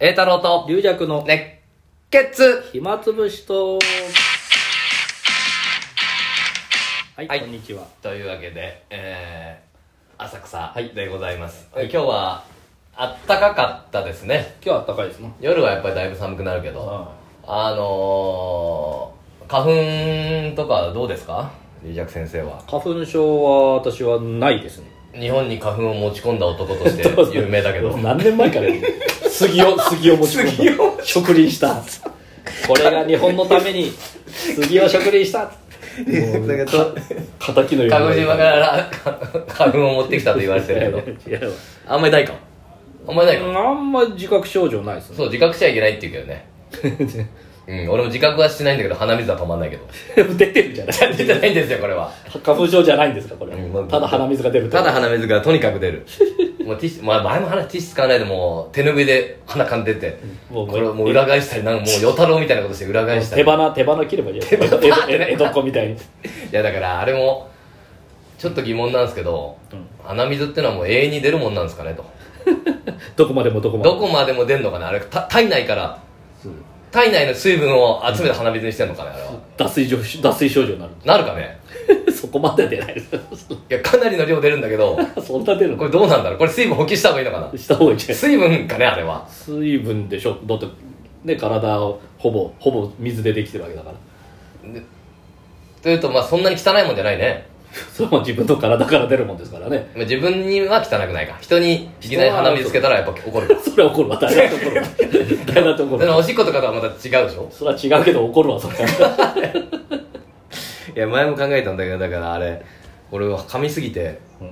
栄太郎と龍尺の熱血暇つぶしとはい、はいこんにちはというわけで、えー、浅草はいでございます、はい今日はあったかかったですね今日は暖かいですね夜はやっぱりだいぶ寒くなるけどああのー、花粉とかどうですか龍尺先生は花粉症は私はないですね日本に花粉を持ち込んだ男として有名だけど何年前からやるの杉を杉を持ち杉込んをだ植林したこれが日本のために杉を植林しただけど敵のように鹿児島からら花粉を持ってきたと言われてるけどいやいやあんまりないかあんまりないかあんま自覚症状ないですねそう自覚しちゃいけないって言うけどね うん、俺も自覚はしてないんだけど鼻水は止まんない けど出てるじゃない出てないんですよこれは花粉症じゃないんですかこれうんまあただ鼻水が出るとただ鼻水がとにかく出 るもうティッシュ、まあ、前も話ティッシュ使わないでもう手拭いで鼻かんでって、うんもうこれをもう裏返したりなんかもう与太郎みたいなことして裏返したり手花手花切ればいいよ江戸江戸っ子みたいにいやだからあれもちょっと疑問なんですけど、うん鼻水ってのはもう永遠に出るもんなんですかねとどこまでもどこまでどもこまでも出んのかなあれた体内から体内の水分を集めて鼻水にしてんのかねあれは脱水症脱水症状にななるかねるそこまで出ないですいやかなりの量出るんだけどそんな出るこのれどうなんだろうこれ水分補給した方がいいのかなした方がいいんじゃない水分かねあれは水分でしょだってね体をほぼほぼ水でできてるわけだからというとまあそんなに汚いもんじゃないねそれも自分の体から出るもんですからねまあ自分には汚くないか人にいきなり鼻水つけたらやっぱ 怒るかそれは怒るわ大変なところは大変なとこでろはもおしっことかとはまた違うでしょそれは違うけど怒るわそれはいや前も考えたんだけどだからあれ俺は噛みすぎてうん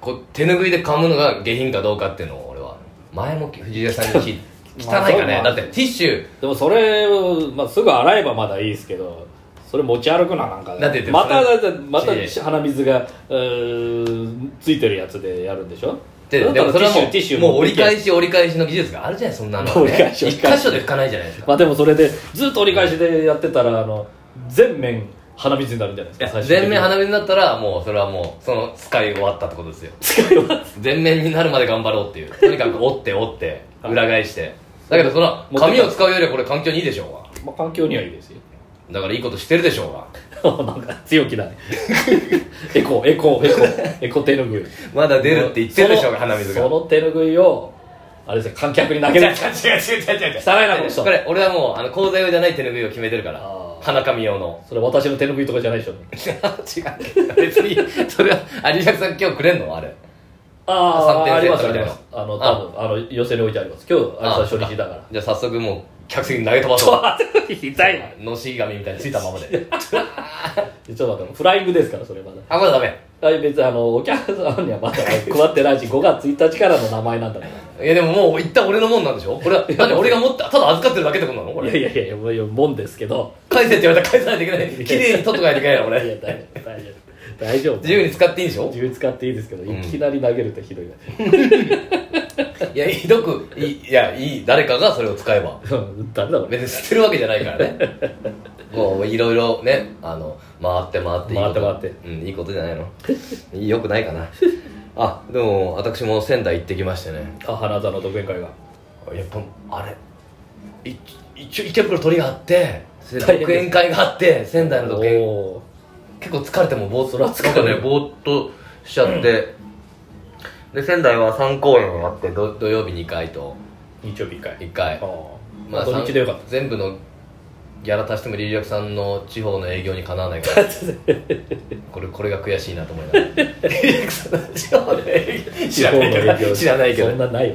こう手拭いで噛むのが下品かどうかっていうのを俺は前も藤井さんに聞い 汚まあいかそねうだってティッシュでもそれを、まあ、すぐ洗えばまだいいですけどそれ持ち歩くななんかだってまたそだれってまたいやいや鼻水がうーついてるやつでやるんでしょでだったでらもそれはもティッシュうもう折り返しし折り返しの技術があるじゃないそんなのは折り返ねし折一り返し箇所で拭かないじゃないですかまあでもそれでずっと折り返しでやってたらあの全面鼻水になるんじゃないいですかや全面鼻水水になったらもうそれはもうその使い終わったってことですよ使いは全面になるまで頑張ろうっていうとにかく折って折って裏返してだけどその紙を使うよりはこれ環境にいいでしょうがまあ環境にはいいですよ だからいいことしてるでしょうがなんか強気だね エコエコエコエコ手拭いまだ出るって言ってるでしょそうがの鼻水がその手拭いをあれですよ観客に投違げう違う違るう違う違う違う汚いなこの人これ俺はもうあの口座用じゃない手拭いを決めてるかあらー鼻紙用 のそれ私の手拭いとかじゃないでしょ違う別にそれは有吉さん今日くれんのあれああ、 3.0あります、みあたりいなます。あの、多分あの、寄せに置いてあります。今日、あれさ、初日だから。じゃあ早速もう客席に投げ飛ば そう痛いな。のし紙みたいについたままでちょっと待って、フライングですから、それまだ。あこれダメあ別に、あの、お客さんにはまだ配ってないし、5月1日からの名前なんだかいやでももう一旦俺のもんなんでしょこれはだって俺が持ったただ預かってるだけってことなのこら。いれやいやいやいや、もうもんですけど。返せって言われたら返さないといけない綺麗に取っとかないといけないのい俺や、大丈夫、大丈夫。大丈夫。自由に使っていいんでしょ自由に使っていいですけど、いきなり投げるとひどいな。いやひどくいいいやいい誰かがそれを使えばうんダメだ、これ。別に捨てるわけじゃないからねもういろいろねあの回って回っていいこと回って回っうん、いいことじゃないのいいよくないかなあでも私も仙台行ってきましてねあ、花座の独演会が。やっぱあれい一応池袋鳥があって大変です独演会があって仙台の独演会お結構疲れてもぼーっとそりゃ疲れるなんかねぼーっとしちゃって、で仙台は3公演やってど土曜日2回とー日曜日一回。 1回あーまあ、土三日でよかった。全部のギャラ足してもリリアクさんの地方の営業にかなわな いからこれこれが悔しいなと思いながらリリアクさんの地方の営業知らない地け方の営業ど知らないけどそんなないよ。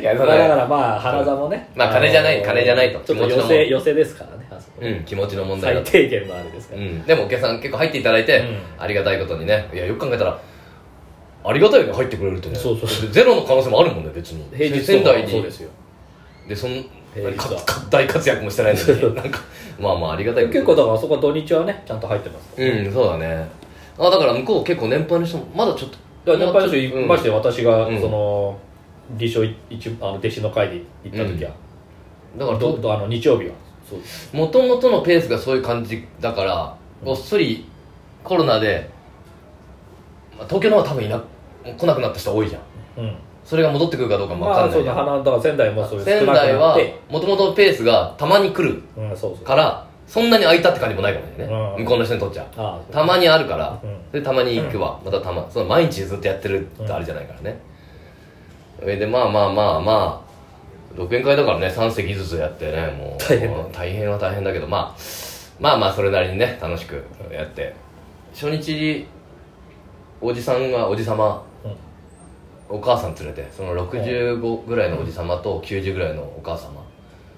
いやまそあだかうだねらまあ花座もねまあ金じゃない金じゃないとちょっと寄気持ちの問せ題寄せですからねあそこうん気持ちの問題だ最と低限のあれですかうら、ん、でもお客さん結構入っていただいて、うんありがたいことにねいやよく考えたらありがたいよね入ってくれるってねそうそうそう ゼロの可能性もあるもんね別に平日仙台にそうですよでそん平日かはか大活躍もしてないのになんかまあまあありがたいこと結構だからあそこは土日はねちゃんと入ってますうんそうだねあだから向こう結構年配の人もまだちょっとだからやっぱりそうう言いんまして私がうんその理想一あの弟子の会で行った時は、だからどとどあの日曜日はそうもともとのペースがそういう感じだからごっそりコロナで、まあ、東京の方は多分いな来なくなった人多いじゃんうんそれが戻ってくるかどうかも分まかあんなそいうじゃだん花だから仙台もそういう仙台は少なくなってもともとペースがたまに来るうんそうそうからそんなに空いたって感じもないかもしれないね、うん向こうの人にとっちゃああたまにあるから、うんでたまに行くわまたたまその毎日ずっとやってるってあれじゃないからね、それでまあまあまあまあ独演会だからね3席ずつやってねもう大変だもう大変は大変だけど、まあ、まあまあそれなりにね楽しくやって初日おじさんがおじさまうんお母さん連れてその65ぐらいのおじ様と90ぐらいのお母様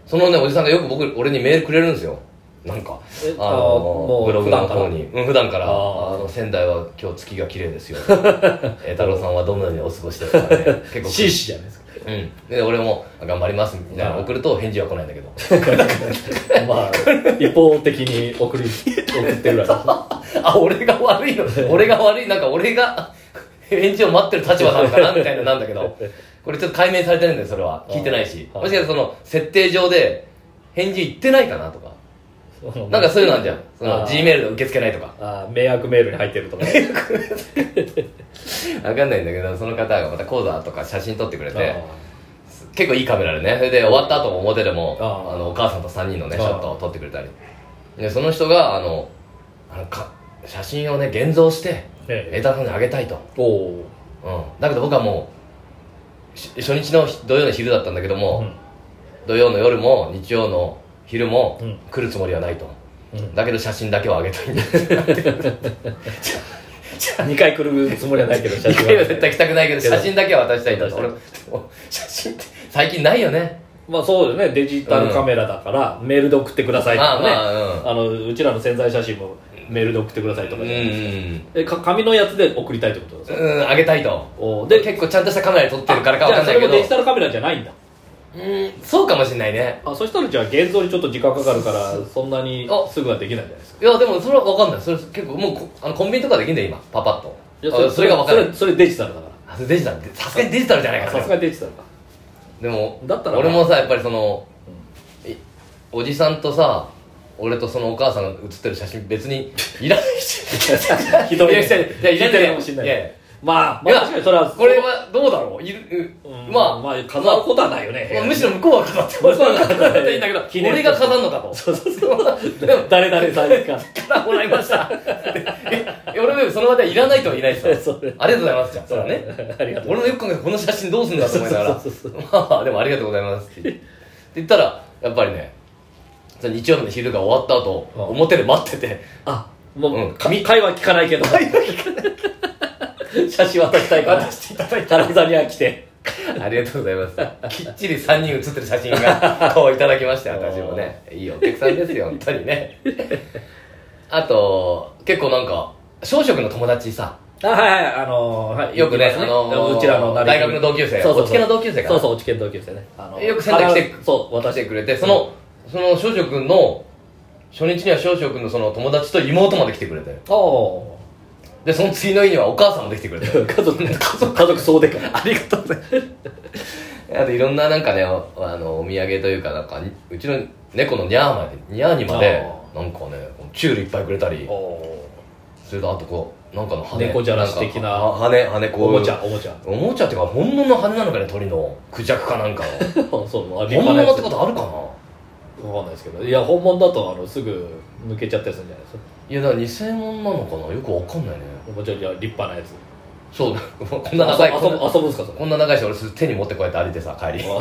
そのねおじさんがよく僕俺にメールくれるんですよなんかえああのもうブログの方にうん普段から「あーあの仙台は今日月が綺麗ですよ」 えー「太郎さんはどのようにお過ごしですかね」 結構 C 氏じゃないですかうんで俺も「頑張ります」みたいなの送ると返事は来ないんだけど まあ一方的に送り送ってるぐらいあ俺が悪いの俺が悪いなんか俺が 返事を待ってる立場なのかなみたいななんだけどこれちょっと解明されてるんだよそれは聞いてないしあーもしかしたらその設定上で返事言ってないかなとかです なんかそういうのあるじゃんそあのー G メールで受け付けないとかあ迷惑メールに入ってるとかわかんないんだけどその方がまた講座とか写真撮ってくれてあ結構いいカメラでねそれで終わった後も表でもあーあのお母さんと3人のねあシーョットを撮ってくれたりでその人があのあのか写真をね現像してえ枝さんにあげたいと、おおうん、だけど僕はもうし初日の土曜の昼だったんだけども、土曜の夜も日曜の昼もうん来るつもりはないと、うんだけど写真だけはあげたいんだ2回来るつもりはないけど写2回は真絶対来たくないけどけど写真だけは渡したいんだと渡俺も写真って最近ないよねまあそうだよねデジタルカメラだから、メールで送ってくださいとまあかね、まああのうちらの宣材写真もメールで送ってくださいとうんかうんじゃないですかえか紙のやつで送りたいってことですかうんうんあげたいとおーでで結構ちゃんとしたカメラで撮ってるからかわかんないじゃあそれけもどデジタルカメラじゃないんだうんそうかもしんないねあそしたらじゃあ現像にちょっと時間かかるからそんなにあすぐはできないじゃないですかいやでもそれはわかんないそれ結構もうこあのコンビニとかできんだよ今パパッといやあそれがわかるそれそれデジタルだかあそれデジタルさすがにデジタルじゃないかららさすがデジタルかでもだったら俺もさやっぱりその、いおじさんとさ俺とそのお母さんが写ってる写真別にいらないしひどいいやいやいやいらないひどいかもしれないいやいやまあまいあや確かにそれはこれはどうだろういる、ううんまあ、まあ飾ることはないよねまあむしろ向こうは飾って僕は飾っていいんだけど記念と俺してが飾るのかとそうそうそうでも誰々さんかからもらいましたいや俺もその場ではいらないとは言いないですそうねありがとうございますじゃんそれはねありがとう俺もよく考えてこの写真どうすんだと思いながらそうそうまあまあでもありがとうございますって言って言ったらやっぱりねその日曜日の昼が終わった後、うん表で 待っててあもう、うんか会話聞かないけど写真渡したいから渡していただいタラザニア来てありがとうございますきっちり3人写ってる写真がこういただきまして私もねいいお客さんですよ本当にねあと結構なんか小食の友達さあはいはいあのーはいよくね行きますあのーうちらの成り大学の同級生そうそうそう落研の同級生かなそうそう落研同級生ねあのーよく仙台来てからそう渡私してくれてその、その少女くんの初日には少女くんのその友達と妹まで来てくれておおでその次の日にはお母さんもできてくれてー家族ね家族家族総出かありがとうございます あといろんななんかねおあのお土産というかなんかにうちの猫のニャーまでニャーにまであなんかねチュールいっぱいくれたりおおそれとあとこうなんかの羽猫じゃらし的なんかは羽羽こうおもちゃおもちゃおもちゃっていうか本物の羽なのかね鳥のクジャクか なんかのそうあ立派な本物やっつてわことあるかなかんないですけどいや本物だとあのすぐ抜けちゃったりするんじゃないですかいやだから偽物なのかなよくわかんないねおもちゃじゃあ立派なやつそう こんな長い遊こんぶな遊ぶんですかそれこんな長いし俺手に持ってこうやって歩いてさ帰りお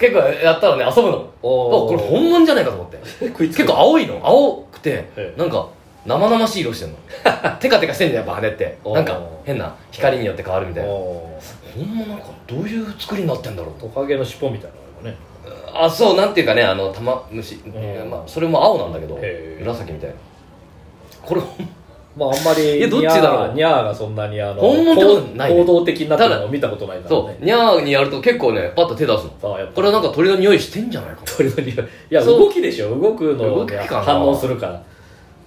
結構やったらね遊ぶのあおこれ本物じゃないかと 思って食いつ結け構青いの青くてええなんか生々しい色し てんのテカテカしてんじゃんやっぱ羽っておーなんか変な光によって変わるみたいなおー本物かどういう作りになってんだろうとトカゲの尻尾みたいなのあるよねあそうなんていうかねあの玉虫、んまあ、それも青なんだけどへえ紫みたいなこれほんまああんまりいやどっちニャだろうーニャーがそんなにあの本物ってことないね行動的になってるのを見たことないからそねうニャーにやると結構ねパッと手出すのさあやっぱこれはなんか鳥の匂いしてんじゃないかな鳥の匂いいやそう動きでしょ動くの動にきかな反応するから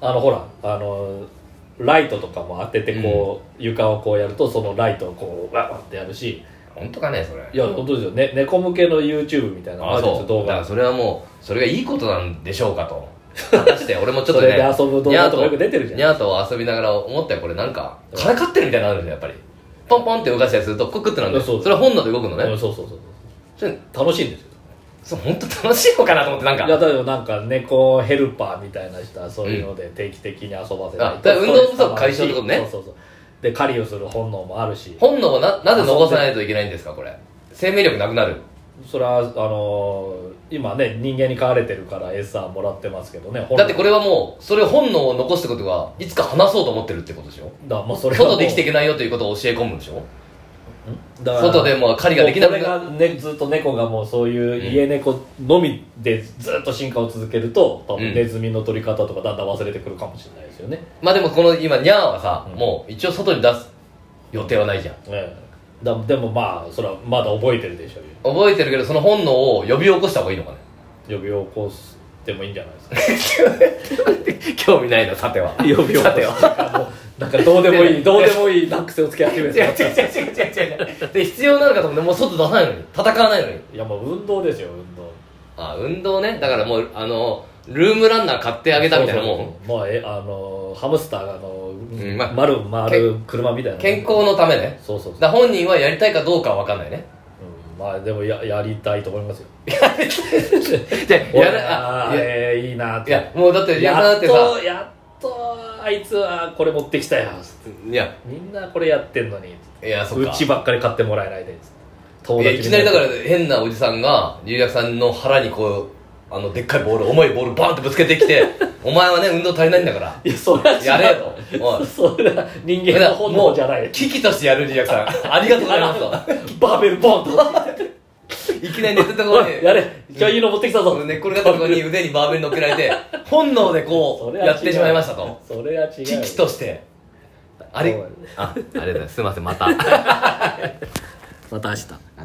あのほらあのライトとかも当ててこう、床をこうやるとそのライトをこうワッワッってやるし本当かねそれいや本当ですよ、ね、猫向けの YouTube みたいなあそう動だか画らそれはもうそれがいいことなんでしょうかと果た して俺もちょっとねそれで遊ぶ動画とかよく出てるじゃんニャーとニャーと遊びながら思ったよこれなんかからかってるみたいなのあるじゃんやっぱりポンポンって動かしたりするとククってなんでそうそれは本能で動くのうねんそうそうそうそれそう楽しいんですよそう本当楽しいのかなと思ってなんかいやだけどなんか猫ヘルパーみたいな人はそういうので定期的に遊ばせないあだから運動不足解消ってことねそうそうそうで狩りをする本能もあるし本能をななぜ残さないといけないんですかこれ生命力なくなるそれはあのー今ね人間に飼われてるから餌もらってますけどねだってこれははもうそれを本能を残すってことはいつか話そうと思ってるってことでしょだからもうそれはもう外で生きていけないよということを教え込むんでしょだから外でもう狩りができなくもうこなれが、ね、ずっと猫がもうそういう家猫のみでずっと進化を続けると、多うん分ネズミの取り方とかだんだん忘れてくるかもしれないですよね、まあでもこの今ニャーはさ、うんもう一応外に出す予定はないじゃんええだでもまあそれはまだ覚えてるでしょうよ覚えてるけどその本能を呼び起こした方がいいのかね呼び起こしてもいいんじゃないですか 興味ないのさては呼び起こさ てはなんかどうでもいいどうでもいいダックスをつけ始違う違う違う違うめてます違う違うで必要なのかと思ってもう外出さないのに戦わないのにいやもう運動ですよ運動あ運動ねだからもうあのルームランナー買ってあげたみたいなもんそうそうそうまあえあのハムスターがあの、んまあ丸回る車みたいな健康のためねそうそうそう、だから本人はやりたいかどうかは分かんない ねうん、まあでもややりたいと思いますよじゃあや俺らああーいやえーいいなっいてやもうだって矢や沢だっってさとやっとあいつはこれ持ってきたよいやみんなこれやってんのにいやそうっかちばっかり買ってもらえないで友いやいきなりだからね変なおじさんが龍薬さんの腹にこうあのでっかいボール重いボールバーンってぶつけてき てお前はね運動足りないんだからいやそれは違うやれよとおいそれは人間の本能じゃない 危機としてやる龍薬さんありがとうございますとバーベルボンと いきなり寝てたところ おにいやれ今日いいの持ってきたぞ寝っ転がったところに腕にバーベル乗っけられて 本能でこそうれは違うやってしまいましたとそれは違う危機としてありそうあありがとうございますすいませんまたまた明日あ